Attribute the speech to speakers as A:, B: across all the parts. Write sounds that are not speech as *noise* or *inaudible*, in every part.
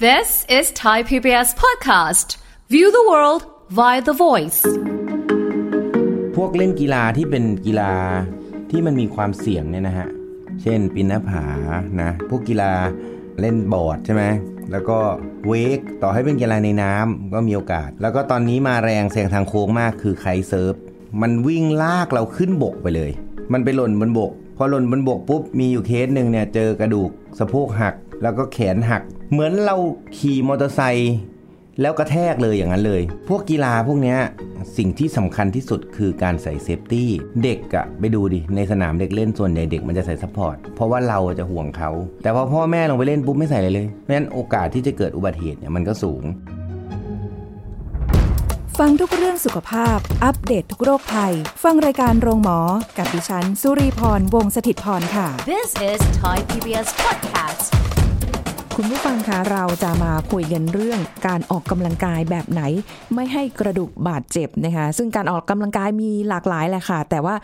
A: This is Thai PBS podcast. View the world via the voice.
B: พวกเล่นกีฬาที่เป็นกีฬาที่มันมีความเสี่ยงเนี่ยนะฮะ เช่นปีนหน้าผา นะ พวกกีฬาเล่นบอร์ดใช่ไหม แล้วก็เวก ต่อให้เป็นกีฬาในน้ำก็มีโอกาส แล้วก็ตอนนี้มาแรงแซงทางโค้งมากคือไคเซิร์ฟ มันวิ่งลากเราขึ้นบกไปเลย มันไปหล่นบนบก พอหล่นบนบกปุ๊บ มีอยู่เคสหนึ่งเนี่ยเจอกระดูกสะโพกหัก แล้วก็แขนหัก เหมือนเราขี่มอเตอร์ไซค์ แล้วกระแทกเลยอย่างนั้นเลย พวกกีฬาพวกเนี้ยสิ่งที่สำคัญที่สุดคือการใส่เซฟตี้ เด็กอะไปดูดิ ในสนามเด็กเล่นส่วนใหญ่เด็กมันจะใส่ซัพพอร์ต เพราะว่าเราจะห่วงเขา แต่พอพ่อแม่ลงไปเล่นปุ๊บไม่ใส่อะไรเลย เพราะฉะนั้นโอกาสที่จะเกิดอุบัติเหตุเนี่ยมันก็สูง
C: ฟังทุกเรื่องสุขภาพ อัปเดตทุกโรคภัย ฟังรายการโรงหมอ กับดิฉัน สุรีพร วงศิตพรค่ะ
A: This is Thai PBS podcast.
C: คุณผู้ฟังคะเราจะมาคุยกันเรื่องการออกกำลังกายแบบไหน ไม่ให้กระดูกบาดเจ็บนะคะ ซึ่งการออกกำลังกายมีหลากหลายแหละค่ะ แต่ว่า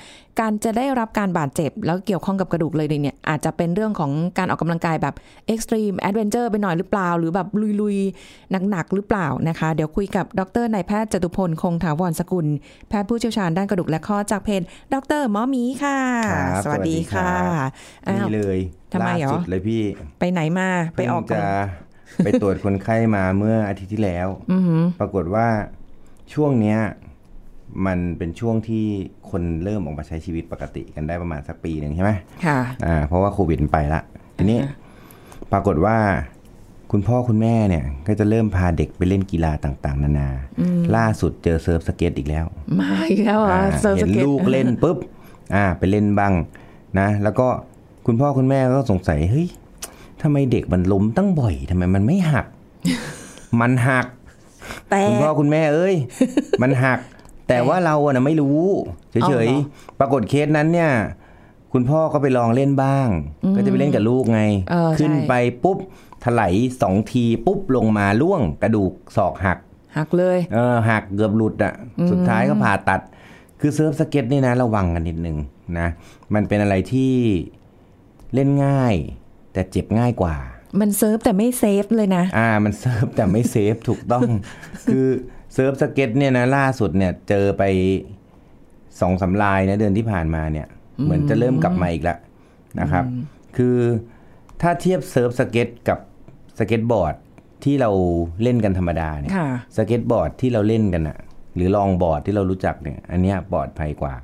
C: การจะได้รับการบาดเจ็บ แล้วเกี่ยวข้องกับกระดูกเลยเนี่ยอาจจะเป็นเรื่องของการออกกำลังกายแบบเอ็กซ์ตรีมแอดเวนเจอร์ไปหน่อยหรือเปล่า หรือแบบลุยๆ หนักๆ หรือเปล่านะคะ เดี๋ยวคุยกับดรนายแพทย์จตุพลคงถาวรสกุล แพทย์ผู้เชี่ยวชาญด้านกระดูกและข้อจากเพจดรหมอหมีค่ะ
B: ครับ
C: สวัส
B: ส
C: ดี
B: วัสดีครั
C: ค่ะ
B: บ
C: อ้าว
B: นี่เลย
C: ทำไม
B: ล่า
C: เหรอ
B: สุดเลยพี่
C: ไปไหนมาไปออก
B: เพิ่งจะ
C: กำลัง
B: ไปตรวจคนไข้มาเมื่ออาทิตย์ที่แล้ว
C: อือหือ
B: ปรากฏว่าช่วงเนี้ยมันเป็นช่วงที่คนเริ่มออกมาใช้ชีวิตปกติกันได้ประมาณสักปีหนึ่งใช่ไหม
C: ค่ะ
B: อ่าเพราะว่าโควิดมันไปละทีนี้ปรากฏว่าคุณพ่อคุณแม่เนี่ย ก็จะเริ่มพาเด็กไปเล่นกีฬาต่างๆ นานา ล่าสุดเจอเซิร์ฟสเก็ตอีกแล้ว
C: มาอีกแล้วเหรอ
B: อ่า
C: เซิร์ฟส
B: เห็น
C: เก็ต
B: ลูกเล่นปุ๊บ อ่า ไปเล่นบ้างนะ แล้วก็คุณพ่อคุณแม่ก็สงสัยเฮ้ยทำไมเด็กมันล้มตั้งบ่อยทำไมมันไม่
C: *laughs*
B: หัก มันหัก
C: แต่
B: คุณพ่อคุณแม่เอ้ย
C: *laughs*
B: มันหัก แต่ว่าเราอะนะไม่รู้เฉยๆ ปรากฏเคสนั้นเนี่ย คุณพ่อก็ไปลองเล่นบ้าง ก็จะไปเล่นกับลูกไง
C: เออใช่
B: ขึ้นไปปุ๊บถลายสองทีปุ๊บลงมาล่วงกระดูกศอกหัก
C: หักเลย
B: เออหักเกือบหลุดอ่ะ สุดท้ายก็ผ่าตัด คือเซิร์ฟสเก็ตนี่นะ ระวังกันนิดนึงนะ มันเป็นอะไรที่เล่นง่าย แต่เจ็บง่ายกว่า
C: มันเซิร์ฟแต่ไม่เซฟเลยนะ
B: อ่ามัน *laughs* เซิร์ฟแต่ไม่เซฟถูกต้อง คือเซิร์ฟสเก็ตเนี่ยนะล่าสุดเนี่ยเจอไปสองสำลายนะเดือนที่ผ่านมาเนี่ย เหมือนจะเริ่มกลับมาอีกแล้วนะครับ คือถ้าเทียบเซิร์ฟสเก็ตกับสเก็ตบอร์ดที่เราเล่นกันธรรมดาเนี่ย
C: ค่ะ
B: สเก็ตบอร์ดที่เราเล่นกันอะหรือลองบอร์ดที่เรารู้จักเนี่ย อันเนี้ยปลอดภัยกว่า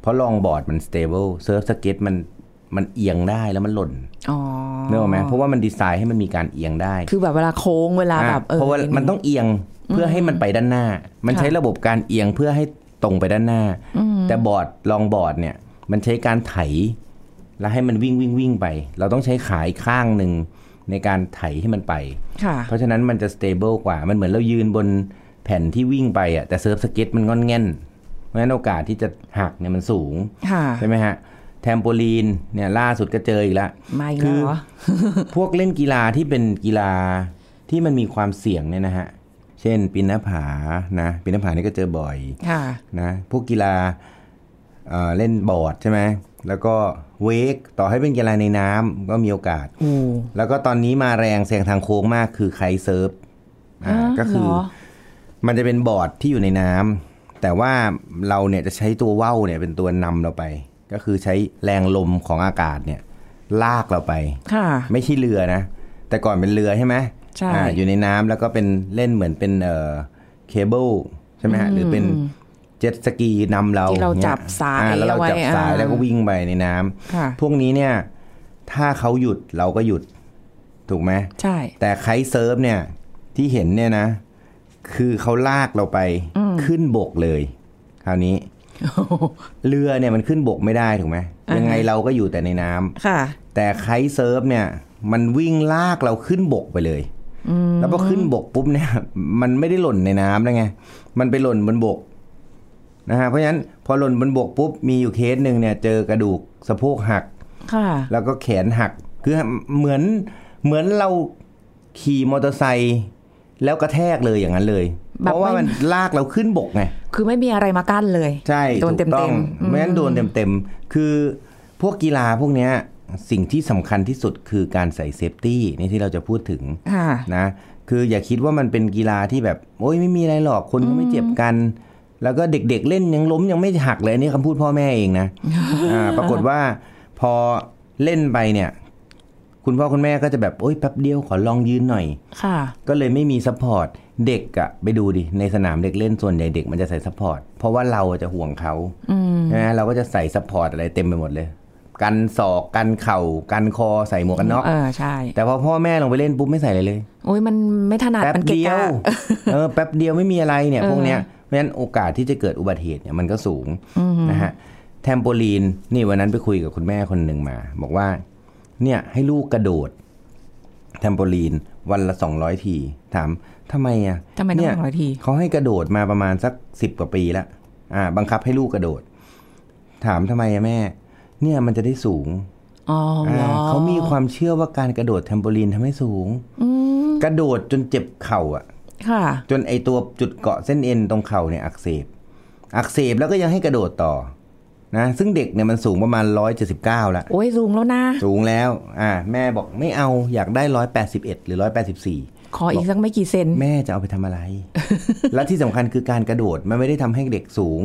B: เพราะลองบอร์ดมันสเตเบิลเซิร์ฟสเก็ตมันมันเอียงได้แล้วมันหล่น
C: อ๋อ
B: เนกอะไหมเพราะว่ามันดีไซน์ให้มันมีการเอียงได้
C: คือแบบเวลาโค้งเวลา
B: อ่ะ
C: แบบออ
B: เพราะว่ามันต้องเอียงเพื่อให้มันไปด้านหน้า มันใช้ระบบการเอียงเพื่อให้ตรงไปด้านหน้า แต่บอร์ดลองบอร์ดเนี่ย มันใช้การไถ แล้วให้มันวิ่งวิ่งวิ่งไป เราต้องใช้ขาอีกข้างหนึ่งในการไถให้มันไป
C: ค่ะ
B: เพราะฉะนั้นมันจะสเตเบิลกว่า มันเหมือนเรายืนบนแผ่นที่วิ่งไปอ่ะแต่เซิร์ฟสเก็ตมันงอนแง่น เพราะฉะนั้นโอกาสที่จะหักเนี่ยมันสูง
C: ค่ะ
B: ใช่ไหมฮะ แทมโปลีนเนี่ยล่าสุดก็เจออีกแล้ว
C: มาอีกแล้วเหรอ *laughs*
B: พวกเล่นกีฬาที่เป็นกีฬาที่มันมีความเสี่ยงเนี่ยนะฮะ เช่นปีนหน้าผา นะปีนหน้าผานี่ก็เจอบ่อย
C: ค่ะ
B: นะ พวกกีฬาเอ่อเล่นบอร์ดใช่ไหม แล้วก็เวก ต่อให้เป็นกีฬาในน้ำก็มีโอกาส
C: อู้
B: แล้วก็ตอนนี้มาแรงแซงทางโค้งมากคือไคเซิร์ฟอ่า
C: อ๋อ
B: ก็คือ
C: เหรอ
B: มันจะเป็นบอร์ดที่อยู่ในน้ำแต่ว่าเราเนี่ยจะใช้ตัวว่าวเนี่ยเป็นตัวนำเราไป ก็คือใช้แรงลมของอากาศเนี่ย ลากเราไป
C: ค่ะ
B: ไม่ใช่เรือนะ แต่ก่อนเป็นเรือใช่ไหม
C: ใช่
B: อ่าอยู่ในน้ำแล้วก็เป็นเล่นเหมือนเป็นเอ่อเคเบิลใช่ไหมฮะหรือเป็นเจ็ตสกีนำเรา
C: ที่เรา
B: นี่ย
C: จับสาย
B: อ่แล้วเรา
C: เอาไว้
B: จับสาย
C: อ่า
B: แล้วก็วิ่งไปในน้ำ
C: ค่ะ
B: พวกนี้เนี่ย ถ้าเขาหยุดเราก็หยุด ถูกไหม
C: ใช่
B: แต่ไคท์เซิร์ฟเนี่ยที่เห็นเนี่ยนะ คือเขาลากเราไปขึ้นบกเลย คราวนี้ เรือเนี่ยมันขึ้นบกไม่ได้ถูกไหม
C: อ่าฮะ
B: ยังไงเราก็อยู่แต่ในน้ำ
C: ค่ะ
B: แต่ไคท์เซิร์ฟเนี่ยมันวิ่งลากเราขึ้นบกไปเลยแล้วพอขึ้นบกปุ๊บเนี่ย มันไม่ได้หล่นในน้ำแล้วไง มันไปหล่นบนบกนะฮะเพราะฉะนั้นพอหล่นบนบกปุ๊บมีอยู่เคสหนึ่งเนี่ย เจอกระดูกสะโพกหัก
C: ค่ะ
B: แล้วก็แขนหัก คือเหมือนเหมือนเราขี่มอเตอร์ไซค์แล้วกระแทกเลยอย่างนั้นเลย
C: แบ
B: เพ
C: บ
B: ราะว่า
C: ไม่
B: มันลากเราขึ้นบกไง
C: คือไม่มีอะไรมากั้นเลย
B: ใช่
C: โดนเต็ม
B: ถูก
C: เต็
B: อง
C: ม
B: ไม่งั้นโดนเต็มๆ คือพวกกีฬาพวกเนี้ย สิ่งที่สำคัญที่สุดคือการใส่เซฟตี้นี่ที่เราจะพูดถึง
C: ค่ะ
B: นะคืออย่าคิดว่ามันเป็นกีฬาที่แบบโอ้ยไม่มีอะไรหรอกคนก็ไม่เจ็บกัน แล้วก็เด็กๆเล่นยังล้มยังไม่หักเลยอันนี่คำพูดพ่อแม่เองนะ
C: *laughs*
B: อ่าปรากฏว่าพอเล่นไปเนี่ย คุณพ่อคุณแม่ก็จะแบบโอ้ยแป๊บเดียวขอลองยืนหน่อย
C: ค่ะ
B: ก็เลยไม่มีซัพพอร์ตเด็กอะไปดูดิ ในสนามเด็กเล่นส่วนใหญ่เด็กมันจะใส่ซัพพอร์ตเพราะว่าเราอะจะห่วงเขาใช่ไหมเราก็จะใส่ซัพพอร์ตอะไรเต็มไปหมดเลย กันศอกกันเข่ากันคอใส่หมวกกันน็อก
C: เออ ใช่
B: แต่พอพ่อแม่ลงไปเล่นปุ๊บไม่ใส่อะไรเลย
C: โอ้ยมันไม่ถนัด
B: แป๊บ
C: มันเกะ
B: เดีย
C: กะ
B: ว เออ แป๊บเดียวไม่มีอะไรเนี่ย
C: เออ
B: พวกเนี้ย เพราะฉะนั้นโอกาสที่จะเกิดอุบัติเหตุเนี่ยมันก็สูงนะฮะ แทมโปลีน นี่วันนั้นไปคุยกับคุณแม่คนหนึ่งมา บอกว่า เนี่ยให้ลูกกระโดด แทมโปลีนวันละสองร้อยที ถามทำไมอ่ะ
C: ทำไมต้อง
B: เนี่
C: สองร้อยที
B: เขาให้กระโดดมาประมาณสักสิบกว่าปีละอ่า บังคับให้ลูกกระโดด ถามทำไมอะแม่ เนี่ยมันจะได้สูง
C: อ๋อเหรอ
B: อ่าเขามีความเชื่อว่าการกระโดดแทมโปลีนทำให้สูงกระโดดจนเจ็บเข่าอ่ะ
C: ค่ะ
B: จนไอตัวจุดเกาะเส้นเอ็นตรงเข่าเนี่ยอักเสบ อักเสบแล้วก็ยังให้กระโดดต่อนะซึ่งเด็กเนี่ยมันสูงประมาณ 179ละ
C: โอ้ยสูงแล้วนะ
B: สูงแล้วอ่าแม่บอกไม่เอาอยากได้ 181 หรือ 184
C: ขออีกสักไม่กี่เซน
B: แม่จะเอาไปทำ
C: *laughs*
B: อะไร และที่สำคัญคือการกระโดด มันไม่ได้ทำให้เด็กสูง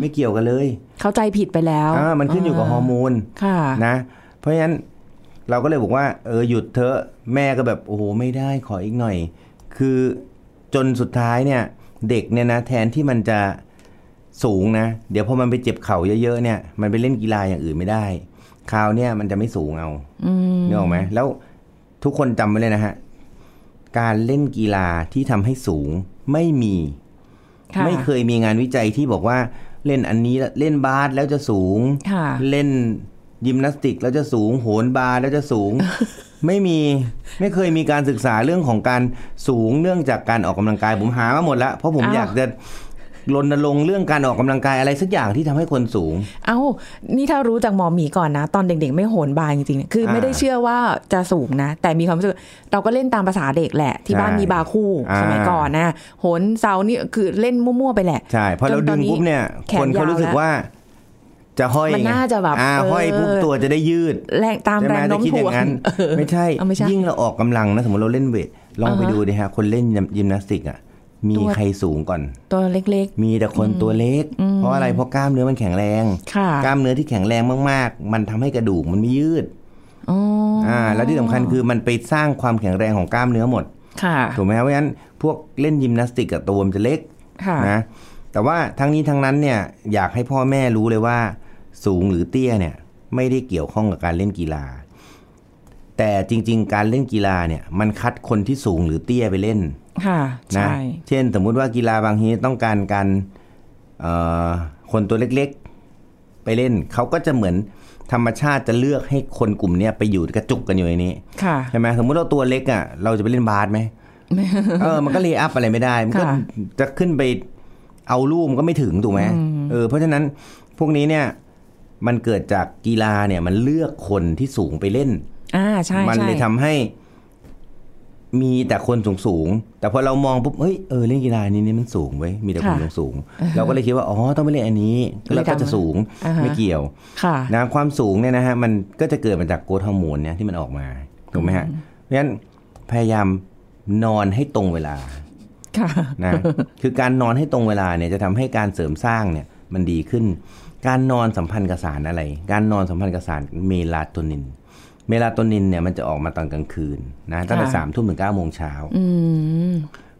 B: ไม่เกี่ยวกันเลย
C: เข้าใจผิดไปแล้ว
B: อ่ามันขึ้นอยู่กับฮอร์โมน
C: ค่ะ
B: นะเพราะฉะนั้นเราก็เลยบอกว่าเออหยุดเถอะแม่ก็แบบโอ้โหไม่ได้ขออีกหน่อย คือจนสุดท้ายเนี่ย เด็กเนี่ยนะแทนที่มันจะสูงนะ เดี๋ยวพอมันไปเจ็บเข่าเยอะๆเนี่ยมันไปเล่นกีฬาอย่างอื่นไม่ได้ คราวเนี่ยมันจะไม่สูงเอาเนี่ยออกไหมแล้วทุกคนจำไว้เลยนะฮะ การเล่นกีฬาที่ทำให้สูงไม่มี
C: ค่ะ
B: ไม่เคยมีงานวิจัยที่บอกว่าเล่นอันนี้เล่นบาสแล้วจะสูง
C: ค่ะ
B: เล่นยิมนาสติกแล้วจะสูง โหนบาร์แล้วจะ
C: *laughs*
B: สูง ไม่มีไม่เคยมีการศึกษาเรื่องของการสูงเนื่องจากการออกกำลังกายผมหามาหมดแล้ว เพราะผม
C: อ้าว
B: อยากจะรณรงค์เรื่องการออกกำลังกายอะไรสักอย่างที่ทำให้คนสูง
C: เอ้า นี่ถ้ารู้จากหมอหมีก่อนนะ ตอนเด็กๆ ไม่โหนบานจริงๆเนี่ยคือไม่ได้เชื่อว่าจะสูงนะ แต่มีความรู้สึกเราก็เล่นตามภาษาเด็กแหละ ที่บ้าน
B: ใช่
C: มีบาร์คู่
B: อ่า
C: สมัยก่อนนะโหนเสานี่คือเล่นมั่วๆไปแหละ
B: ใช่พอเรา
C: จต
B: ดึงปุ๊บเนี่ย
C: แข
B: คนเขารู้สึก
C: ย
B: ว่า จะห้อย
C: มัน
B: ไง
C: น่าจะแบบ
B: อ่า
C: เออ
B: ห้อยปุ๊บตัวจะได้ยืด
C: วแรงตาม
B: ใช่
C: แร
B: ไหม
C: ง
B: จะ
C: โน้ม
B: คิดอ
C: ถ่ว
B: ย่าง งนั้น ไม่ใช่
C: เอาไม่ใช่
B: ยิ่งเราออกกำลังนะ สมมติเราเล่นเวทลองไป
C: อ่าฮะ
B: ดูดิฮะ คนเล่นยิมยิมนาสติกอ่ะ มี
C: ตัว
B: ใครสูงก่อน
C: ตัวเล็ก
B: มีแต่คนตัวเล็ก เพราะอะไรเพราะกล้ามเนื้อมันแข็งแรง
C: ๆ ค่ะ
B: กล้ามเนื้อที่แข็งแรงมากๆ มันทำให้กระดูกมันไม่ยืด
C: อ๋ออ่
B: อ่าแล้วที่สำคัญคือมันไปสร้างความแข็งแรงของกล้ามเนื้อหมด
C: ค่ะ
B: ถูกไหมครับเพราะฉะนั้นพวกเล่นยิมนาสติกกับตัวมันจะเล็ก
C: ค่ะ
B: นะแต่ว่าทั้งนี้ทั้งนั้นเนี่ยอยากให้พ่อแม่รู้เลยว่า สูงหรือเตี้ยเนี่ยไม่ได้เกี่ยวข้องกับการเล่นกีฬา แต่จริง ๆ การเล่นกีฬาเนี่ยมันคัดคนที่สูงหรือเตี้ยไปเล่น
C: ค่ะ
B: นะ
C: ใช่
B: เช่นสมมุติว่ากีฬาบางทีต้องการการเอ่อคนตัวเล็กๆไปเล่นเขาก็จะเหมือนธรรมชาติจะเลือกให้คนกลุ่มเนี้ยไปอยู่กระจุกกันอยู่ในนี้
C: ค่ะ
B: ใช่ไหมสมมติเราตัวเล็กอ่ะเราจะไปเล่นบ *laughs* าสไหมเออมันก็เลย์อัพอะไรไม่ได้ มันก็
C: ค่ะ
B: จะขึ้นไปเอาลูกมันก็ไม่ถึงถูกไหมเออเพราะฉะนั้นพวกนี้เนี่ยมันเกิดจากกีฬาเนี่ย มันเลือกคนที่สูงไปเล่น
C: อ่า ใช่
B: มัน
C: ใช่
B: เลยทำให้มีแต่คนสูงสูงๆแต่พอเรามองปุ๊บเฮ้ยเออเล่นกีฬานี้นี่มันสูงเว้ยมีแต่คนสูงสูงๆเราก็เลยคิดว่าอ๋อต้องไปเล่นอันนี้แล้วก็จะสูงไม่เกี่ยว
C: ค่ะ
B: นะความสูงเนี่ยนะฮะมันก็จะเกิดมาจากโกรทฮอร์โมนเนี่ยที่มันออกมาถูกไหมฮะเพราะฉะนั้นพยายามนอนให้ตรงเวลา
C: ค่ะ *laughs*
B: นะ คือการนอนให้ตรงเวลาเนี่ยจะทำให้การเสริมสร้างเนี่ยมันดีขึ้น การนอนสัมพันธ์กับสารอะไร การนอนสัมพันธ์กับสารเมลาโทนิน เมลาโทนินเนี่ยมันจะออกมาตอนกลางคืนนะตั้งแต่
C: ค่ะ
B: สามทุ่มถึงเก้าโมงเช้า
C: อืม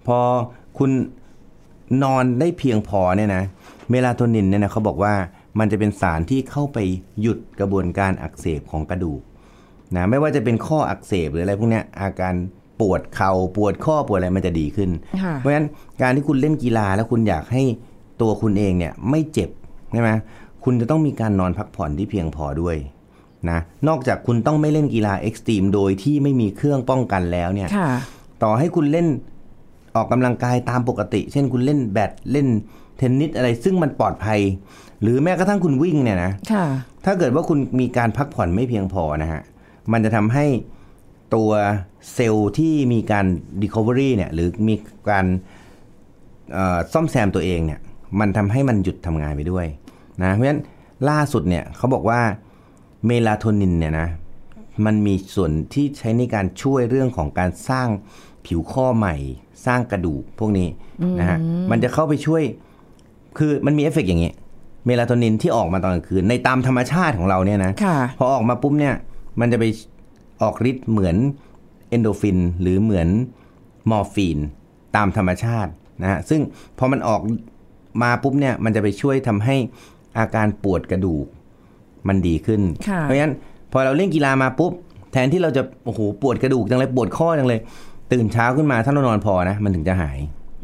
B: พอคุณนอนได้เพียงพอเนี่ยนะเมลาโทนินเนี่ยนะเขาบอกว่ามันจะเป็นสารที่เข้าไปหยุดกระบวนการอักเสบของกระดูกนะไม่ว่าจะเป็นข้ออักเสบหรืออะไรพวกเนี้ยอาการปวดเข่าปวดข้อปวดอะไรมันจะดีขึ้น
C: ค่ะ
B: เพราะฉะนั้นการที่คุณเล่นกีฬาแล้วคุณอยากให้ตัวคุณเองเนี่ยไม่เจ็บใช่ไหมคุณจะต้องมีการนอนพักผ่อนที่เพียงพอด้วยนะนอกจากคุณต้องไม่เล่นกีฬาเอ็กซ์ตรีมโดยที่ไม่มีเครื่องป้องกันแล้วเนี่ย
C: ค่ะ
B: ต่อให้คุณเล่นออกกำลังกายตามปกติ เช่นคุณเล่นแบดเล่นเทนนิสอะไรซึ่งมันปลอดภัย หรือแม้กระทั่งคุณวิ่งเนี่ยนะ
C: ค่ะ
B: ถ้าเกิดว่าคุณมีการพักผ่อนไม่เพียงพอนะฮะ มันจะทำให้ตัวเซลล์ที่มีการ recovery เนี่ย หรือมีการเอ่อซ่อมแซมตัวเองเนี่ย มันทำให้มันหยุดทำงานไปด้วยนะ เพราะฉะนั้นล่าสุดเนี่ยเขาบอกว่าเมลาโทนินเนี่ยนะ มันมีส่วนที่ใช้ในการช่วยเรื่องของการสร้างผิวข้อใหม่ สร้างกระดูกพวกนี้นะฮะมันจะเข้าไปช่วย คือมันมีเอฟเฟกต์อย่างนี้ เมลาโทนินที่ออกมาตอนกลางคืน ในตามธรรมชาติของเราเนี่ยนะ
C: ค่ะ
B: พอออกมาปุ๊บเนี่ยมันจะไปออกฤทธิ์เหมือนเอนโดฟิน หรือเหมือนมอร์ฟีน ตามธรรมชาตินะฮะซึ่งพอมันออกมาปุ๊บเนี่ยมันจะไปช่วยทำให้อาการปวดกระดูก มันดีขึ้น
C: ค่ะ
B: เพราะฉะนั้นพอเราเล่นกีฬามาปุ๊บ แทนที่เราจะโอ้โหปวดกระดูกจังเลยปวดข้อจังเลย ตื่นเช้าขึ้นมาถ้าเรานอนพอนะ มันถึงจะหาย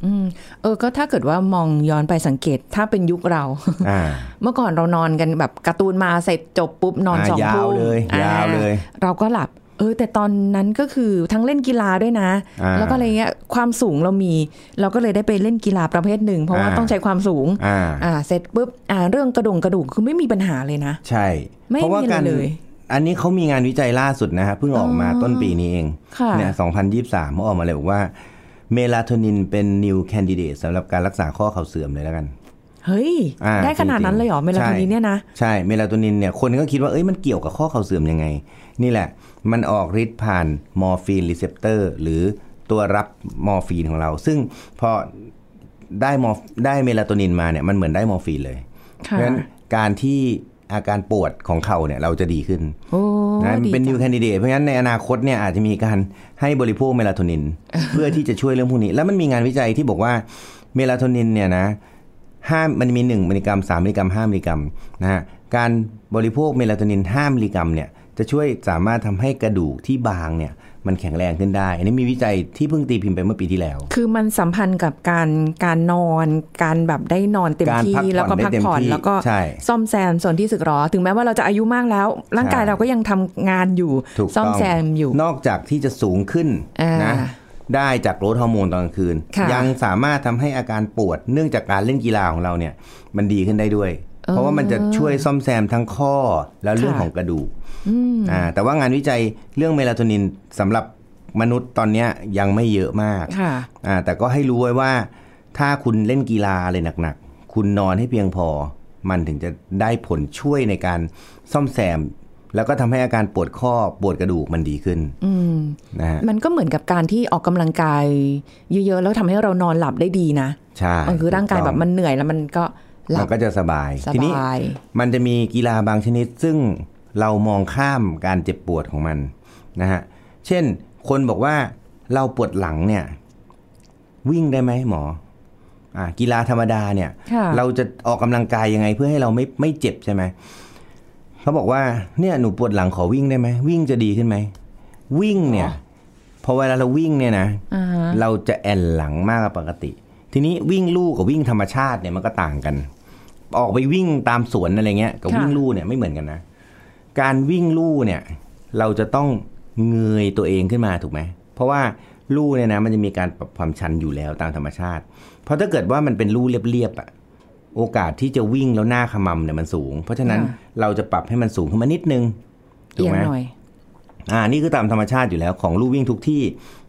C: อืมเออก็ถ้าเกิดว่ามองย้อนไปสังเกตถ้าเป็นยุคเรา
B: อ่า
C: เมื่อก่อนเรานอนกันแบบการ์ตูนมาเสร็จจบปุ๊บนอน
B: อ่า
C: สอง
B: ยาว
C: ทุ่ม
B: เลย
C: อ่
B: ยาวเลย
C: เราก็หลับ เออ แต่ตอนนั้นก็คือทั้งเล่นกีฬาด้วยนะ
B: อ่า
C: แล้วก็อะไรเงี้ยความสูงเรามี เราก็เลยได้ไปเล่นกีฬาประเภทหนึ่ง เพราะว่า
B: อ่า
C: ต้องใช้ความสูง
B: อ่า
C: อ่าเสร็จปุ๊บอ่าเรื่องกระดงกระดูกคือไม่มีปัญหาเลยนะ
B: ใช่
C: ไม่มี
B: เพราะว่าการ
C: เลย
B: อันนี้เขามีงานวิจัยล่าสุดนะฮะเพิ่งออกมาต้นปีนี้เอง
C: ค่ะ
B: เนี่ย2023เขาออกมาเลยบอกว่าเมลาโทนินเป็นนิวแคนดิเดตสำหรับการรักษาข้อเข่าเสื่อมเลยแล้วกัน
C: เฮ้ย
B: อ่า
C: ได้ขนาดนั้นเลยเหรอ
B: จริงๆ
C: เมลาโทนิน
B: ใช่
C: เนี่ยนะ
B: ใช่เมลาโทนินเนี่ยคนก็คิดว่าเอ้ยมันเกี่ยวกับข้อเข่าเสื่อมยังไง นี่แหละ มันออกฤทธิ์ผ่านมอร์ฟีนรีเซปเตอร์หรือตัวรับมอร์ฟีนของเรา ซึ่งพอได้มอร์ได้เมลาโทนินมาเนี่ยมันเหมือนได้มอร์ฟีนเลย เพ
C: ค่ะ
B: ราะฉะนั้นการที่อาการปวดของเข่าเนี่ยเราจะดีขึ้น
C: โอ้
B: นะมัน
C: ดี
B: เป็น
C: จั
B: นิ
C: ง
B: วแคนดิเดตเพราะงั้นในอนาคตเนี่ยอาจจะมีการให้บริโภคเมลาโทนิน เพื่อที่จะช่วยเรื่องพวกนี้ แล้วมันมีงานวิจัยที่บอกว่าเมลาโทนินเนี่ยนะห้ามมันมี1มิลลิกรัม3มิลลิกรัม5มิลลิกรัมนะฮะการบริโภคเมลาโทนิน5มิลลิกรัมเนี่ยจะช่วยสามารถทำให้กระดูกที่บางเนี่ยมันแข็งแรงขึ้นได้ อันนี้มีวิจัยที่เพิ่งตีพิมพ์ไปเมื่อปีที่แล้ว
C: คือมันสัมพันธ์กับการการนอนการแบบได้นอนเต็ม
B: การ
C: ที่
B: พักผ่อน
C: แล้วก็พัก
B: ได้เต็ม
C: ผ่อน
B: ที่
C: แล้วก็
B: ใช่
C: ซ่อมแซมส่วนที่สึกหรอ ถึงแม้ว่าเราจะอายุมากแล้ว ร่างกาย
B: ใช่
C: เราก็ยังทำงานอยู่
B: ถูก
C: ซ่อม
B: ต้อง
C: แซมอยู่
B: นอกจากที่จะสูงขึ้น
C: อ่าน
B: นะได้จากโรดฮอร์โมนตอนกลางคืน
C: ค่ะ
B: ยังสามารถทำให้อาการปวดเนื่องจากการเล่นกีฬาของเราเนี่ย มันดีขึ้นได้ด้วย เพราะว่ามันจะช่วยซ่อมแซมทั้งข้อแล้วเรื่อง
C: ค่ะ
B: ของกระดูกอ่าแต่ว่างานวิจัยเรื่องเมลาโทนินสำหรับมนุษย์ตอนเนี้ยยังไม่เยอะมาก
C: ค่ะ
B: อ่าแต่ก็ให้รู้ไว้ว่าถ้าคุณเล่นกีฬาอะไรหนักๆ คุณนอนให้เพียงพอ มันถึงจะได้ผลช่วยในการซ่อมแซม แล้วก็ทำให้อาการปวดข้อปวดกระดูกมันดีขึ้นนะฮะ
C: มันก็เหมือนกับการที่ออกกำลังกายเยอะๆแล้วทำให้เรานอนหลับได้ดีนะ
B: ใช่
C: มันคือร่างกายแบบมันเหนื่อยแล้วมันก็หลั
B: มั
C: บ
B: นก็จะสบาย
C: ส
B: ทีนี้
C: บาย
B: มันจะมีกีฬาบางชนิด ซึ่งเรามองข้ามการเจ็บปวดของมันนะฮะเช่น คนบอกว่าเราปวดหลังเนี่ย วิ่งได้ไหมหมอ อ่า กีฬาธรรมดาเนี่ย
C: ค่ะ
B: เราจะออกกำลังกายยังไงเพื่อให้เราไม่ไม่เจ็บใช่ไหม เขาบอกว่าเนี่ยหนูปวดหลังขอวิ่งได้ไหมวิ่งจะดีขึ้นไหม วิ่งเนี่ย พอเวลาเราวิ่งเนี่ยนะ
C: อ่าฮะ
B: เราจะแอนหลังมากกว่าปกติ ทีนี้วิ่งลู่กับวิ่งธรรมชาติเนี่ยมันก็ต่างกัน ออกไปวิ่งตามสวนอะไรเงี้ยกับวิ่งลู่เนี่ยไม่เหมือนกันนะ การวิ่งลู่เนี่ย เราจะต้องเงยตัวเองขึ้นมาถูกไหม เพราะว่าลู่เนี่ยนะมันจะมีการปรับความชันอยู่แล้วตามธรรมชาติ เพราะถ้าเกิดว่ามันเป็นลู่เรียบๆอะโอกาสที่จะวิ่งแล้วหน้าขมำเนี่ยมันสูง เพราะฉะนั้นเราจะปรับให้มันสูงขึ้นมานิดนึงถูก
C: เอียง
B: ไหม
C: หน่อย
B: อ่า นี่คือตามธรรมชาติอยู่แล้วของลู่วิ่งทุกที่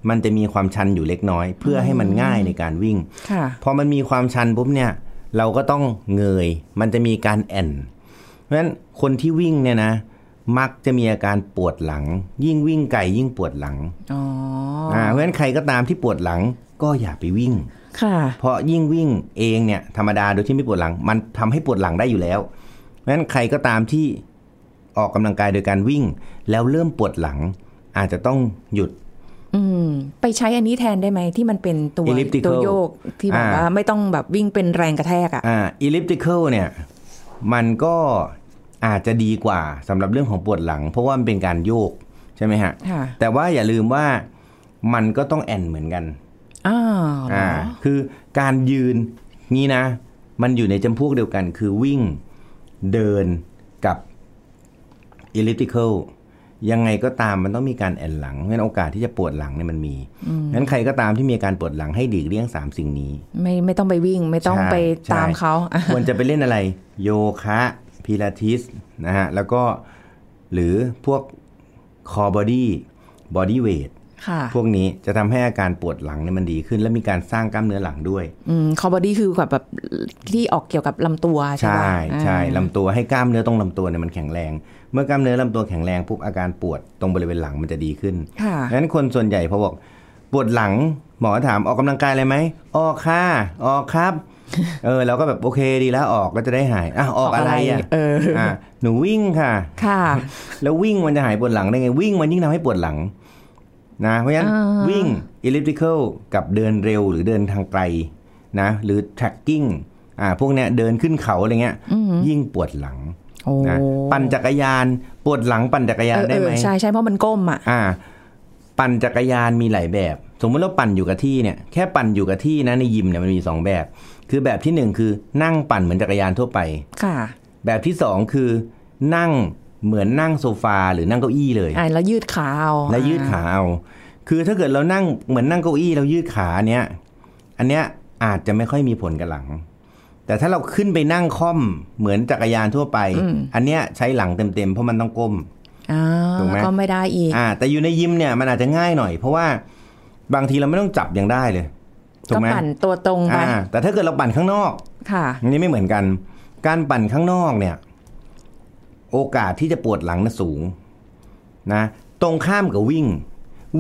B: มันจะมีความชันอยู่เล็กน้อย เพื่อให้มันง่ายในการวิ่ง
C: ค่ะ
B: พอมันมีความชันปุ๊บเนี่ย เราก็ต้องเงย มันจะมีการแอนเพราะฉะนั้นคนที่วิ่งเนี่ยนะ มักจะมีอาการปวดหลัง ยิ่งวิ่งไกลยิ่งปวดหลัง
C: อ๋ออ
B: อ่าเพราะฉะนั้นใครก็ตามที่ปวดหลังก็อย่าไปวิ่ง
C: ค่ะ
B: เพราะยิ่งวิ่งเองเนี่ยธรรมดาโดยที่ไม่ปวดหลัง มันทำให้ปวดหลังได้อยู่แล้วเพราะฉะนั้นใครก็ตามที่ออกกำลังกายโดยการวิ่ง แล้วเริ่มปวดหลัง อาจจะต้องหยุด
C: อืมไปใช้อันนี้แทนได้ไหมที่มันเป็นตัว
B: Elliptical
C: ตัวโยกที่แบบ
B: อ่า
C: ว่าไม่ต้องแบบวิ่งเป็นแรงกระแทกอ่ะ
B: อ่า elliptical เนี่ยมันก็อาจจะดีกว่าสำหรับเรื่องของปวดหลัง เพราะว่ามันเป็นการโยกใช่ไหมฮะ
C: ค่ะ
B: แต่ว่าอย่าลืมว่ามันก็ต้องแอนเหมือนกัน
C: อ้าวเหรอ
B: อ่าคือการยืนนี่นะ มันอยู่ในจำพวกเดียวกัน คือวิ่งเดินกับ elliptical ยังไงก็ตามมันต้องมีการแอนหลังเพราะฉะนั้นโอกาสที่จะปวดหลังเนี่ยมันมีงั้นใครก็ตามที่มีอาการปวดหลังให้ดีกเลี่ยงสามสิ่งนี้
C: ไม่ไม่ต้องไปวิ่งไม่ต้องไป
B: ใช่
C: ตามเขา *laughs* อ่ะ
B: ควรจะไปเล่นอะไร โยคะพิลาทิสนะฮะ แล้วก็หรือพวก core body body weight
C: ค่ะ
B: พวกนี้จะทำให้อาการปวดหลังเนี่ยมันดีขึ้น และมีการสร้างกล้ามเนื้อหลังด้วย
C: คอบอดี้คือแบบแบบที่ออกเกี่ยวกับลำตัวใช่ไหม
B: ใช่ใช่
C: อ่า
B: ลำตัวให้กล้ามเนื้อตรงลำตัวเนี่ยมันแข็งแรง เมื่อกล้ามเนื้อลำตัวแข็งแรงปุ๊บอาการปวดตรงบริเวณหลังมันจะดีขึ้น
C: ค่ะ
B: ดังนั้นคนส่วนใหญ่พอบอกปวดหลังหมอถามออกกำลังกายอะไรไหมออกค่ะออกครับ เออเราก็แบบโอเคดีแล้วออกก็จะได้หายอ่ะออกอะไรอ่ะ
C: เออ
B: อ่ะหนูวิ่งค่ะ
C: ค่ะ
B: *laughs* แล้ววิ่งมันจะหายปวดหลังได้ไง วิ่งมันยิ่งทำให้ปวดหลังนะเพราะฉะนั้น
C: อ่า
B: วิ่ง elliptical กับเดินเร็วหรือเดินทางไกลนะหรือ tracking อ่าพวกเนี้ยเดินขึ้นเขาอะไรเงี้ยยิ่งปวดหลัง
C: โอ้
B: นะปั่นจักรยานปวดหลังปั่นจักรยานได้ไหม
C: เออเออใช่ใช่เพราะมันก้มอ่ะ
B: อ่า ปั่นจักรยานมีหลายแบบ สมมติเราปั่นอยู่กับที่เนี่ยแค่ปั่นอยู่กับที่นะในยิมเนี่ยมันมีสองแบบ คือแบบที่หนึ่งคือนั่งปั่นเหมือนจักรยานทั่วไป
C: ค่ะ
B: แบบที่สองคือนั่งเหมือนนั่งโซฟาหรือนั่งเก้าอี้เลย
C: อ่าแล้วยืดขาเอา
B: และยืดขาเอา คือถ้าเกิดเรานั่งเหมือนนั่งเก้าอี้เรายืดขาเนี้ย อันเนี้ยอาจจะไม่ค่อยมีผลกับหลัง แต่ถ้าเราขึ้นไปนั่งค่อมเหมือนจักรยานทั่วไป อันเนี้ยใช้หลังเต็มๆเพราะมันต้องก้ม
C: อ่า
B: ถูกไหม
C: ก็ไม่ได้อีก
B: อ่า แต่อยู่ในยิมเนี่ยมันอาจจะง่ายหน่อย เพราะว่าบางทีเราไม่ต้องจับยังได้เลยถู
C: ก็
B: กไหม
C: ปั่นตัวตรงไป
B: อ่า แต่ถ้าเกิดเราปั่นข้างนอก
C: ค่ะ
B: อันนี้ไม่เหมือนกัน การปั่นข้างนอกเนี่ย โอกาสที่จะปวดหลังนะสูงนะ ตรงข้ามกับวิ่ง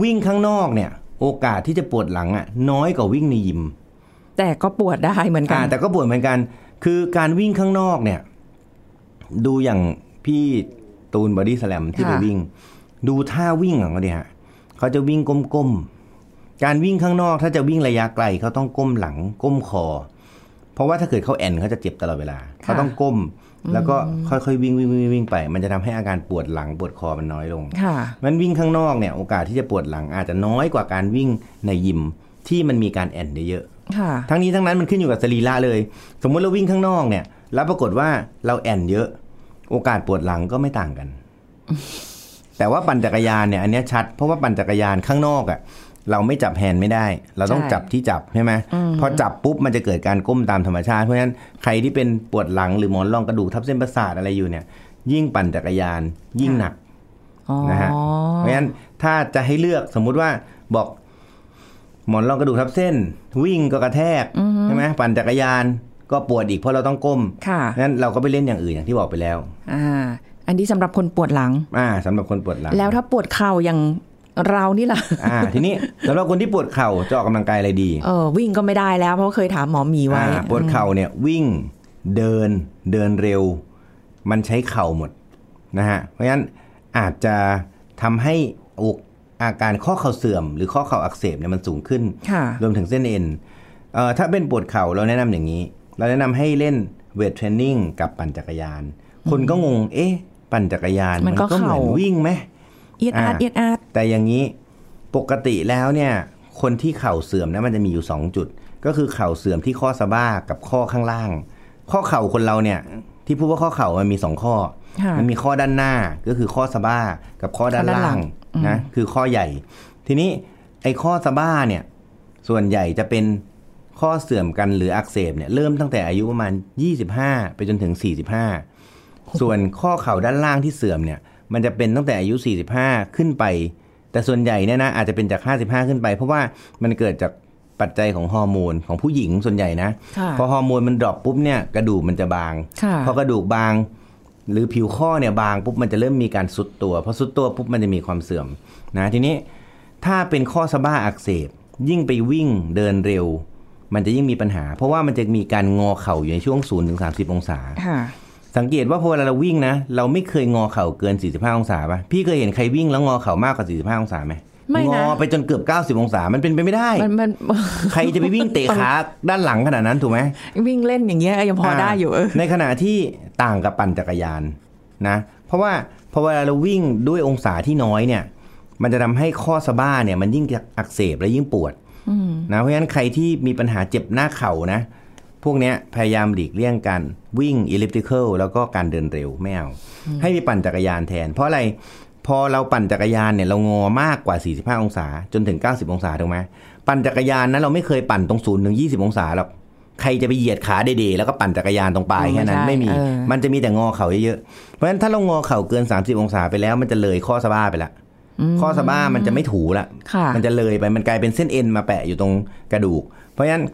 B: วิ่งข้างนอกเนี่ย โอกาสที่จะปวดหลังอะน้อยกว่าวิ่งในยิม
C: แต่ก็ปวดได้เหมือนกั
B: อ่าน แต่ก็ปวดเหมือนกัน คือการวิ่งข้างนอกเนี่ย ดูอย่างพี่ตูนบอดี้สแลมที่ไป
C: ค่ะ
B: วิ่ง ดูท่าวิ่งของเขาดิฮะเขาจะวิ่งก้มๆการวิ่งข้างนอกถ้าจะวิ่งระยะไกลเขาต้องก้มหลัง ก้มคอ เพราะว่าถ้าเกิดเขาแอนเขาจะเจ็บตลอดเวลาเขาต้องก้ม แล้วก็ค่อยๆวิ่งวิ่งวิ่งวิ่งไป มันจะทำให้อาการปวดหลังปวดคอมันน้อยลง
C: ค่ะ
B: มันวิ่งข้างนอกเนี่ยโอกาสที่จะปวดหลังอาจจะน้อยกว่าการวิ่งในยิมที่มันมีการแอนเยอะ
C: ค่ะ
B: ๆทั้งนี้ทั้งนั้นมันขึ้นอยู่กับสรีระเลย สมมุติเราวิ่งข้างนอกเนี่ย แล้วปรากฏว่าเราแอนเยอะ โอกาสปวดหลังก็ไม่ต่างกัน *laughs* แต่ว่าปั่นจักรยานเนี่ยอันเนี้ยชัด เพราะว่าปั่นจักรยานข้างนอกอะ่ะเราไม่จับแฮนด์ไม่ได้ เราต้อง
C: ใช่
B: จับที่จับใช่ไหมพอจับปุ๊บมันจะเกิดการก้มตามธรรมชาติเพราะฉะนั้นใครที่เป็นปวดหลังหรือหมอนรองกระดูกทับเส้นประสาทอะไรอยู่เนี่ย ยิ่งปั่นจักรยานยิ่งหนัก
C: อ๋อ
B: นะฮะเพราะฉะนั้นถ้าจะให้เลือกสมมุติว่าบอก หมอนรองกระดูกทับเส้น วิ่งก็กระแทกใช่ไหมปั่นจักรยานก็ปวดอีกเพราะเราต้องก้ม
C: ค่ะ
B: งั้นเราก็ไปเล่นอย่างอื่นอย่างที่บอกไปแล้ว
C: อ่า อันนี้สำหรับคนปวดหลัง
B: อ่าสำหรับคนปวดหลัง
C: แล้วถ้าปวดเข่าอย่างเรานี่ล่ะ
B: อ่าทีนี้สำหรับคนที่ปวดเข่าจะออกกำลังกายอะไรดี
C: เออวิ่งก็ไม่ได้แล้ว เพราะเคยถามหมอหมีไว้
B: อ่าปวดเข่าเนี่ยวิ่งเดินเดินเร็ว มันใช้เข่าหมดนะฮะเพราะฉะนั้นอาจจะทำให้อกอาการข้อเข่าเสื่อม หรือข้อเข่าอักเสบเนี่ยมันสูงขึ้น
C: ค่ะ
B: รวมถึงเส้นเอ็นเอ่อถ้าเป็นปวดเข่าเราแนะนำอย่างนี้ เราแนะนำให้เล่นเวทเทรนนิ่งกับปั่นจักรยาน คนก็งง เอ๊ะ ปั่นจักรยาน
C: มันก็
B: เหมือน
C: เข่า
B: วิ่งไหม
C: เอียดอาด
B: อ่า
C: เอียดอาด
B: แต่อย่างนี้ปกติแล้วเนี่ย คนที่เข่าเสื่อมนะมันจะมีอยู่ 2 จุด ก็คือเข่าเสื่อมที่ข้อสะบ้ากับข้อข้างล่าง ข้อเข่าคนเราเนี่ย ที่พูดว่าข้อเข่ามันมี 2 ข้อ
C: ค่ะ
B: มัมีข้อด้านหน้าก็คือข้อสะบ้ากับข้อด้าน
C: ข้อด้านหลั
B: ล่าง
C: ง
B: นะคือข้อใหญ่ ทีนี้ไอ้ข้อสะบ้าเนี่ย ส่วนใหญ่จะเป็นข้อเสื่อมกันหรืออักเสบเนี่ยเริ่มตั้งแต่อายุประมาณ 25 ไปจนถึง 45 ส่วนข้อเข่าด้านล่างที่เสื่อมเนี่ย มันจะเป็นตั้งแต่อายุ 45 ขึ้นไป แต่ส่วนใหญ่เนี่ยนะอาจจะเป็นจาก 55 ขึ้นไป เพราะว่ามันเกิดจากปัจจัยของฮอร์โมนของผู้หญิงส่วนใหญ่นะ
C: ค่ะ
B: พอฮอร์โมนมันดรอปปุ๊บเนี่ยกระดูกมันจะบาง
C: ค่ะ
B: พอกระดูกบาง หรือผิวข้อเนี่ยบางปุ๊บมันจะเริ่มมีการสุดตัวพอสุดตัวปุ๊บมันจะมีความเสื่อมนะทีนี้ถ้าเป็นข้อสะบ้าอักเสบ ยิ่งไปวิ่งเดินเร็ว มันจะยิ่งมีปัญหา เพราะว่ามันจะมีการงอเข่าอยู่ในช่วง0ถึง30 องศา
C: ค่ะ
B: สังเกตว่าพอเวลาเราวิ่งนะ เราไม่เคยงอเข่าเกิน 45 องศาป่ะพี่เคยเห็นใครวิ่งแล้วงอเข่ามากกว่า 45 องศาไหม
C: ไม่
B: ง
C: นะ
B: อไปจนเกือบ 90 องศามันเป็นไปไม่ได้
C: มันมัน
B: ใครจะไปวิ่งเตะขาด้านหลังขนาดนั้นถูกไหม
C: วิ่งเล่น *laughs* อย่างเงี้ยยังพอได้อยู่เออ
B: ในขณะที่ต่างกับปั่นจักรยานนะเพราะว่าพอเวลาเราวิ่งด้วยองศาที่น้อยเนี่ย มันจะทำให้ข้อสะบ้าเนี่ยมันยิ่งอักเสบและยิ่งปวดนะเพราะฉะนั้นใครที่มีปัญหาเจ็บหน้าเข่านะ พวกเนี้ยพยายามหลีกเลี่ยงการวิ่ง elliptical แล้วก็การเดินเร็วไม่เอาให้ไปปั่นจักรยานแทน เพราะอะไรพอเราปั่นจักรยานเนี่ยเรางอมากกว่า 45 องศาจนถึง 90 องศาถูกไหมปั่นจักรยานนะเราไม่เคยปั่นตรงศูนย์ถึง20 องศาหรอกใครจะไปเหยียดขาเดๆแล้วก็ปั่นจักรยานตรงปลายแค่นั้น
C: ไม่
B: ไม่มี
C: ใช่เออ
B: มันจะมีแต่งอเข่าเยอะๆ เพราะฉะนั้นถ้าเรางอเข่าเกิน 30 องศาไปแล้วมันจะเลยข้อสะบ้าไปละ ข้อสะบ้ามันจะไม่ถูละ
C: ค่ะ
B: มันจะเลยไปมันกลายเป็นเส้นเอ็นมาแปะอยู่ตรงกระดูก เพราะฉะนั้น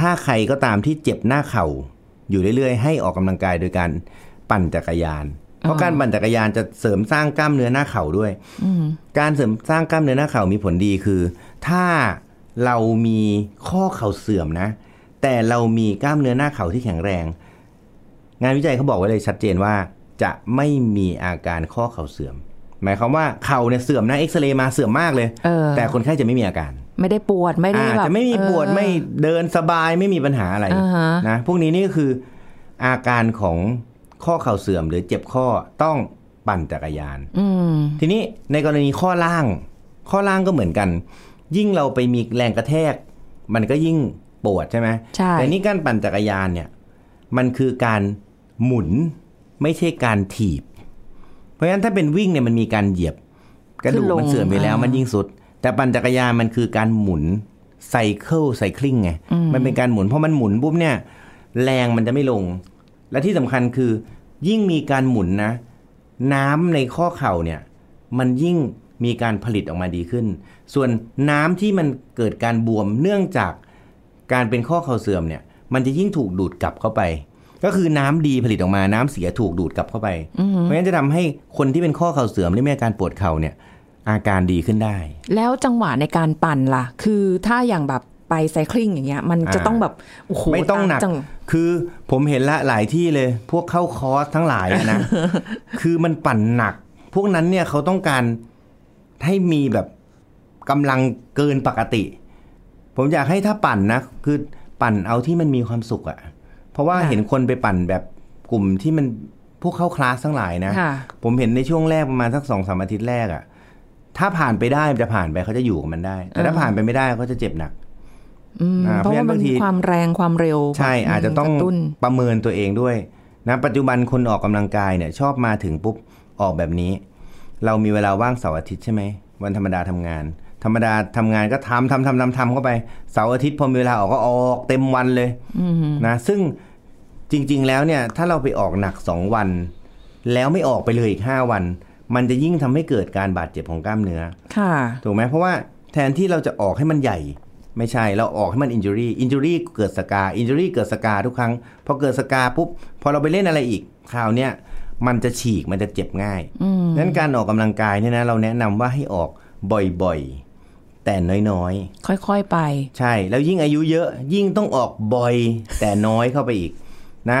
B: ถ้าใครก็ตามที่เจ็บหน้าเข่าอยู่เรื่อยๆ ให้ออกกำลังกายโดยการปั่นจักรยาน เพราะการปั่นจักรยานจะเสริมสร้างกล้ามเนื้อหน้าเข่าด้วย
C: อืม
B: การเสริมสร้างกล้ามเนื้อหน้าเข่ามีผลดีคือ ถ้าเรามีข้อเข่าเสื่อมนะ แต่เรามีกล้ามเนื้อหน้าเข่าที่แข็งแรง งานวิจัยเขาบอกไว้เลยชัดเจนว่า จะไม่มีอาการข้อเข่าเสื่อม หมายความว่าเข่าเนี่ยเสื่อมนะเอ็กซเรย์มาเสื่อมมากเลย
C: เออ
B: แต่คนไข้จะไม่มีอาการ
C: ไม่ได้ปวดไม่ได้
B: อา
C: แบบ
B: จะไม่มีปวด
C: เออ
B: ไม่เดินสบายไม่มีปัญหาอะไร
C: อ่าฮะ
B: นะพวกนี้นี่ก็คืออาการของข้อเข่าเสื่อม หรือเจ็บข้อต้องปั่นจักรยาน
C: อืม
B: ทีนี้ในกรณีข้อล่าง ข้อล่างก็เหมือนกัน ยิ่งเราไปมีแรงกระแทก มันก็ยิ่งปวดใช่ไหม
C: ใช่
B: แต่นี่การปั่นจักรยานเนี่ย มันคือการหมุนไม่ใช่การถีบ เพราะฉะนั้นถ้าเป็นวิ่งเนี่ยมันมีการเหยียบ กระดูกมันเสื่อมไปแล้วมันยิ่งสุด แต่ปั่นจักรยานมันคือการหมุนไซเคิลไซคลิงไงมันเป็นการหมุนเพราะมันหมุนปุ๊บเนี่ย แรงมันจะไม่ลง และที่สำคัญคือ ยิ่งมีการหมุนนะ น้ำในข้อเข่าเนี่ย มันยิ่งมีการผลิตออกมาดีขึ้น ส่วนน้ำที่มันเกิดการบวมเนื่องจากการเป็นข้อเข่าเสื่อมเนี่ย มันจะยิ่งถูกดูดกลับเข้าไป ก็คือน้ำดีผลิตออกมาน้ำเสียถูกดูดกลับเข้าไป เพราะฉะนั้นจะทำให้คนที่เป็นข้อเข่าเสื่อมหรือมีอาการปวดเข่าเนี่ย อาการดีขึ้นได้
C: แล้วจังหวะในการปั่นล่ะ คือถ้าอย่างแบบไปไซคลิงอย่างเงี้ย มันจะ
B: อ่า
C: ต้องแบบโอ้โห
B: ไม่ต้องหนัก
C: จั
B: คือผมเห็นละหลายที่เลย พวกเข้าคอร์สทั้งหลายอะ *laughs* นะ คือมันปั่นหนัก พวกนั้นเนี่ยเขาต้องการให้มีแบบกำลังเกินปกติ ผมอยากให้ถ้าปั่นนะ คือปั่นเอาที่มันมีความสุขอะเพราะว่าเห็นคนไปปั่นแบบกลุ่มที่มันพวกเข้าคลาสทั้งหลายนะ
C: ค่ะ
B: ผมเห็นในช่วงแรกประมาณสักสองสามอาทิตย์แรกอะถ้าผ่านไปได้จะผ่านไปเขาจะอยู่กับมันได้ แต่ถ้าผ่านไปไม่ได้เขาจะเจ็บหนัก
C: อืม
B: อ่า
C: เพราะว่า
B: เพราะฉะนั้นบานง
C: มั
B: ที
C: มีความแรงความเร็ว
B: ใช่อาจจะต้อง
C: กรตุ้น
B: ประเมินตัวเองด้วยนะปัจจุบันคนออกกำลังกายเนี่ยชอบมาถึงปุ๊บออกแบบนี้ เรามีเวลาว่างเสาร์อาทิตย์ใช่ไหมวันธรรมดาทำงาน ธรรมดาทำงานก็ทำทำทำทำทำเข้าไปเสาร์อาทิตย์พอมีเวลาออกก็ออกเต็มวันเลยนะซึ่งจริง ๆ แล้วเนี่ยถ้าเราไปออกหนักสองวัน แล้วไม่ออกไปเลยอีกห้าวัน มันจะยิ่งทำให้เกิดการบาดเจ็บของกล้ามเนื้อ
C: ค่ะ
B: ถูกไหมเพราะว่าแทนที่เราจะออกให้มันใหญ่ ไม่ใช่เราออกให้มันอินจูรี่อินจูรี่เกิดสกาอินจูรี่เกิดสกาทุกครั้ง พอเกิดสกาปุ๊บ พอเราไปเล่นอะไรอีก คราวเนี้ยมันจะฉีกมันจะเจ็บง่ายดังนั้นการออกกำลังกายเนี่ยนะ เราแนะนำว่าให้ออกบ่อยๆ แต่น้อย
C: ค่อยๆไป
B: ๆ ใช่ แล้วยิ่งอายุเยอะยิ่งต้องออกบ่อย แต่น้อยเข้าไปอีกนะ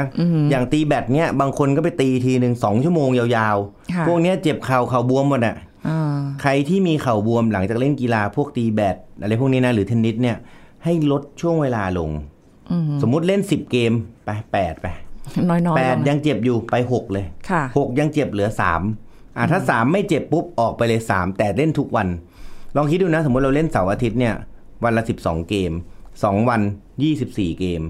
B: อย่างตีแบตเนี้ยบางคนก็ไปตีทีหนึ่งสองชั่วโมงยาว
C: ค่ะ
B: ๆ พวกเนี้ยเจ็บเข่าเข่าบวมหมดอะ
C: อ่า
B: ใครที่มีเข่าบวมหลังจากเล่นกีฬาพวกตีแบดอะไรพวกนี้นะหรือเทนนิสเนี่ย ให้ลดช่วงเวลาลง สมมุติเล่น 10 เกมไปแปดไป
C: น้อยๆลง
B: แปด
C: นะ
B: ยังเจ็บอยู่ไป 6 เลย
C: ค่ะ
B: หกยังเจ็บเหลือ3ามอ่ะถ้า 3 ไม่เจ็บปุ๊บ ออกไปเลย 3 แต่เล่นทุกวัน ลองคิดดูนะ สมมติเราเล่นเสาร์อาทิตย์เนี่ย วันละ 12 เกม 2 วัน 24 เกม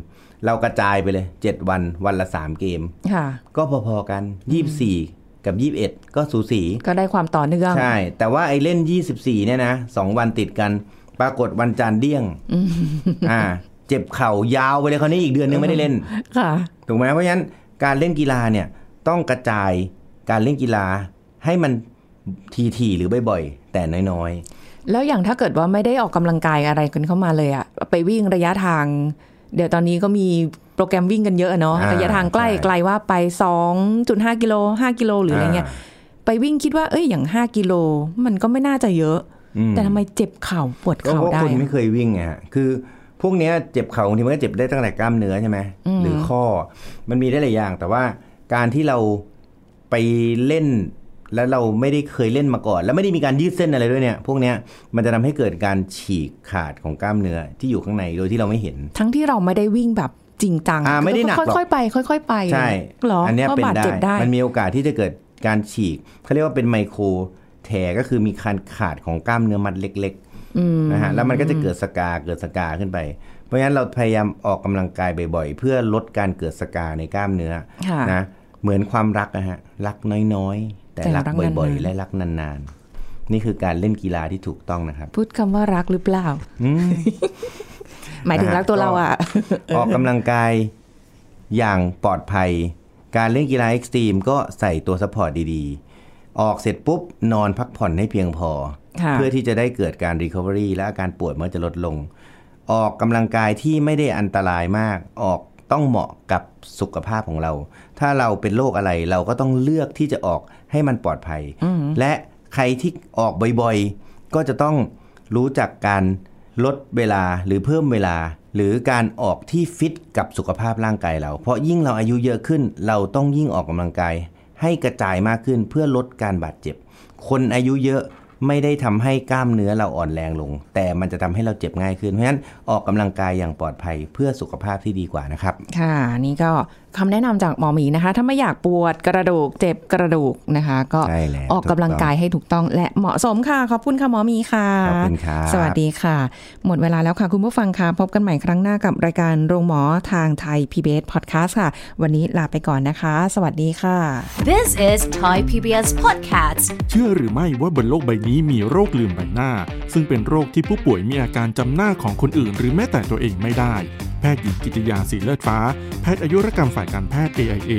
B: เรากระจายไปเลย 7 วันวันละ 3 เกม
C: ค่ะ
B: ก็พอๆกัน 24 กับ 21 ก็สูสี
C: ก็ได้ความต่อเนื่อง
B: ใช่ แต่ว่าไอ้เล่น 24 เนี่ยนะสองวันติดกัน ปรากฏวันจันทร์เดี้ยงอ่า เจ็บเข่ายาวไปเลยคราวนี้อีกเดือนนึงไม่ได้เล่น
C: ค่ะ
B: ถูกไหมเพราะฉะนั้นการเล่นกีฬาเนี่ยต้องกระจายการเล่นกีฬาให้มันทีๆหรือบ่อยๆ แต่น้อย
C: แล้วอย่างถ้าเกิดว่าไม่ได้ออกกำลังกายอะไรกันเข้ามาเลยอะไปวิ่งระยะทาง เดี๋ยวตอนนี้ก็มีโปรแกรมวิ่งกันเยอะอะเนาะ
B: า
C: ระยะทางใกล้
B: ใช่
C: ไกลว่าไป 2.5 กิโล 5 กิโล
B: ๆ
C: หรืออะไรเงี้ย ไปวิ่งคิดว่าเอ้ยอย่าง 5 กิโล มันก็ไม่น่าจะเยอะ
B: อืม
C: แต่ทำไมเจ็บเข่าปวด
B: ก็
C: เข่า
B: เพราะ
C: ได้
B: คน
C: อะ
B: ไม่เคยวิ่งไงฮะคือพวกเนี้ยเจ็บเข่าบางทีมันก็เจ็บได้ตั้งแต่กล้ามเนื้อใช่ไหมหรือข้อ มันมีได้หลายอย่าง แต่ว่าการที่เราไปเล่น แล้วเราไม่ได้เคยเล่นมาก่อน แล้วไม่ได้มีการยืดเส้นอะไรด้วยเนี่ย พวกเนี้ยมันจะทำให้เกิดการฉีกขาดของกล้ามเนื้อที่อยู่ข้างในโดยที่เราไม่เห็น
C: ทั้งที่เราไม่ได้วิ่งแบบจริงจัง
B: อ่าไม่ได้หนักหรอก
C: ค่อยๆไป ค่อย ๆ ไป
B: ใช่
C: หรอ
B: อันเนี้ย
C: ก็
B: เป็น
C: บาด
B: ได้
C: เจ็บได้
B: มันมีโอกาสที่จะเกิดการฉีกเขาเรียกว่าเป็นไมโครแถก็คือมีการขาดของกล้ามเนื้อมัดเล็กๆนะฮะ แล้วมันก็จะเกิดสกาเกิดสกาขึ้นไป เพราะฉะนั้นเราพยายามออกกำลังกายบ่อยๆ เพื่อลดการเกิดสกาในกล้ามเนื้อ
C: ค่ะ
B: นะ เหมือนความรักนะฮะ รักน้อยๆ แต่รักบ่อยๆ และรักนานๆ นี่คือการเล่นกีฬาที่ถูกต้องนะครับ
C: พูดคำว่ารักหรือเปล่า หมายถึง
B: นะฮะ
C: รักตัวเราอ่ะ
B: *laughs* ออกกำลังกายอย่างปลอดภัย การเล่นกีฬาเอ็กซ์ตรีมก็ใส่ตัวซัพพอร์ตดีๆ ออกเสร็จปุ๊บ นอนพักผ่อนให้เพียงพอ
C: ค่ะ
B: เพื่อที่จะได้เกิดการรีค o เวอรี่และอาการปวดมันก็จะลดลง ออกกำลังกายที่ไม่ได้อันตรายมาก ออก ต้องเหมาะกับสุขภาพของเรา ถ้าเราเป็นโรคอะไรเราก็ต้องเลือกที่จะออกให้มันปลอดภัย และใครที่ออกบ่อยๆ ก็จะต้องรู้จักการลดเวลาหรือเพิ่มเวลา หรือการออกที่ฟิตกับสุขภาพร่างกายเรา เพราะยิ่งเราอายุเยอะขึ้น เราต้องยิ่งออกกำลังกาย ให้กระจายมากขึ้นเพื่อลดการบาดเจ็บ คนอายุเยอะไม่ได้ทำให้กล้ามเนื้อเราอ่อนแรงลง แต่มันจะทำให้เราเจ็บง่ายขึ้น เพราะฉะนั้นออกกำลังกายอย่างปลอดภัยเพื่อสุขภาพที่ดีกว่านะครับ
C: ค่ะ นี่ก็คำแนะนำจากหมอหมีนะคะ ถ้าไม่อยากปวดกระดูกเจ็บกระดูกนะคะ ก็
B: ใช่แล้ว
C: ออกกำลังกายให้ถูกต้องและเหมาะสมค่ะ ขอบคุณค่ะหมอหมีค่ะ
B: ขอบคุณครับ
C: สวัสดีค่ะ หมดเวลาแล้วค่ะ คุณผู้ฟังค่ะ พบกันใหม่ครั้งหน้ากับรายการโรงหมอทางไทย PBS Podcast ค่ะ วันนี้ลาไปก่อนนะคะ สวัสดีค่ะ
A: This is Thai PBS Podcast.
D: เชื่อหรือไม่ว่าบนโลกใบนี้มีโรคลืมใบหน้า ซึ่งเป็นโรคที่ผู้ป่วยมีอาการจำหน้าของคนอื่น หรือแม้แต่ตัวเองไม่ได้ แพทย์หญิงกิติยาสีเลือดฟ้า แพทย์อายุรกรรมฝ่ายการแพทย์ AIA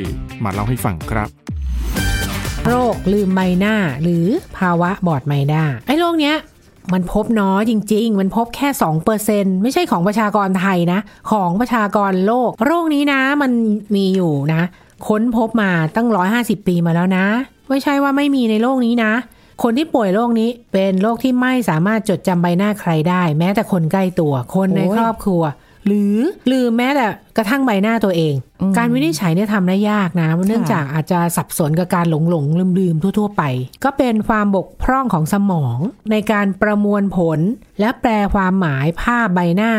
D: มาเล่าให้ฟังครับ
E: โรคลืมใบหน้าหรือภาวะบอดใบหน้าไอ้โรคเนี้ยมันพบน้อยจริง ๆ มันพบแค่ 2%ไม่ใช่ของประชากรไทยนะ ของประชากรโลก โรคนี้นะมันมีอยู่นะ ค้นพบมาตั้ง 150 ปีมาแล้วนะ ไม่ใช่ว่าไม่มีในโลกนี้นะ คนที่ป่วยโรคนี้เป็นโรคที่ไม่สามารถจดจำใบหน้าใครได้ แม้แต่คนใกล้ตัวคนใน
C: โอ้ย
E: ครอบครัว หรือลืมแม้แต่กระทั่งใบหน้าตัวเอง การวินิจฉัยเนี่ยทำได้ยากนะ เนื่องจากอาจจะสับสนกับการหลงหลงลืมลืมๆทั่ว ๆ ไป ก็เป็นความบกพร่องของสมอง ในการประมวลผล และแปลความหมายภาพใบหน้า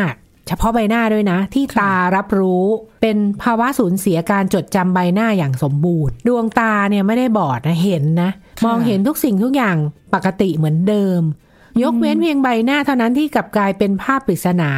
E: เฉพาะใบหน้าด้วยนะ ที่ตารับรู้ เป็นภาวะสูญเสียการจดจำใบหน้าอย่างสมบูรณ์ ดวงตาเนี่ยไม่ได้บอดนะเห็นนะ มองเห็นทุกสิ่งทุกอย่างปกติเหมือนเดิม ยกเว้นเพียงใบหน้าเท่านั้นที่กลับกลายเป็นภาพปริศนา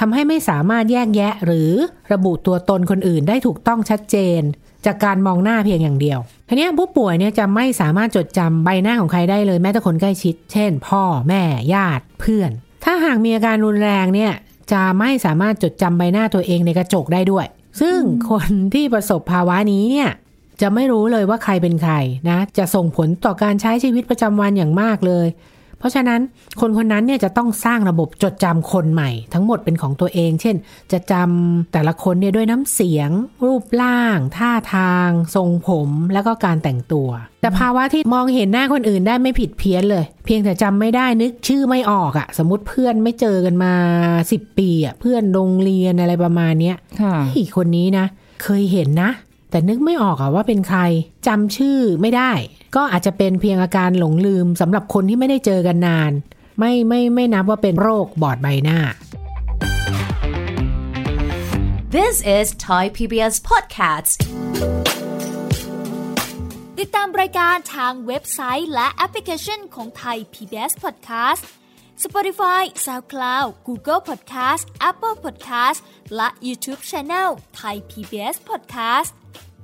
E: ทำให้ไม่สามารถแยกแยะหรือระบุตัวตนคนอื่นได้ถูกต้องชัดเจน จากการมองหน้าเพียงอย่างเดียวทีเนี้ยผู้ป่วยเนี่ยจะไม่สามารถจดจำใบหน้าของใครได้เลยแม้แต่คนใกล้ชิด เช่น พ่อแม่ญาติเพื่อน ถ้าหากมีอาการรุนแรงเนี่ยจะไม่สามารถจดจำใบหน้าตัวเองในกระจกได้ด้วย ซึ่งคนที่ประสบภาวะนี้เนี่ย จะไม่รู้เลยว่าใครเป็นใครนะ จะส่งผลต่อการใช้ชีวิตประจำวันอย่างมากเลย เพราะฉะนั้นคนคนนั้นเนี่ยจะต้องสร้างระบบจดจำคนใหม่ ทั้งหมดเป็นของตัวเอง เช่น จะจำแต่ละคนเนี่ยด้วยน้ำเสียง รูปร่าง ท่าทาง ทรงผมแล้วก็การแต่งตัว แต่ภาวะที่มองเห็นหน้าคนอื่นได้ไม่ผิดเพี้ยนเลย เพียงแต่จำไม่ได้นึกชื่อไม่ออกอะสมมติเพื่อนไม่เจอกันมา 10 ปีอะเพื่อนโรงเรียนอะไรประมาณเนี้ย
C: ค่ะ
E: อีกคนนี้นะ เคยเห็นนะ แต่นึกไม่ออกอะว่าเป็นใครจำชื่อไม่ได้ ก็อาจจะเป็นเพียงอาการหลงลืมสำหรับคนที่ไม่ได้เจอกันนาน ไม่ไม่ไม่นับว่าเป็นโรคบอดใบหน้า
A: This is Thai PBS Podcast.
F: ติดตามรายการทางเว็บไซต์และแอปพลิเคชันของไทย PBS Podcast Spotify SoundCloud Google Podcast Apple Podcast และ YouTube Channel Thai PBS Podcast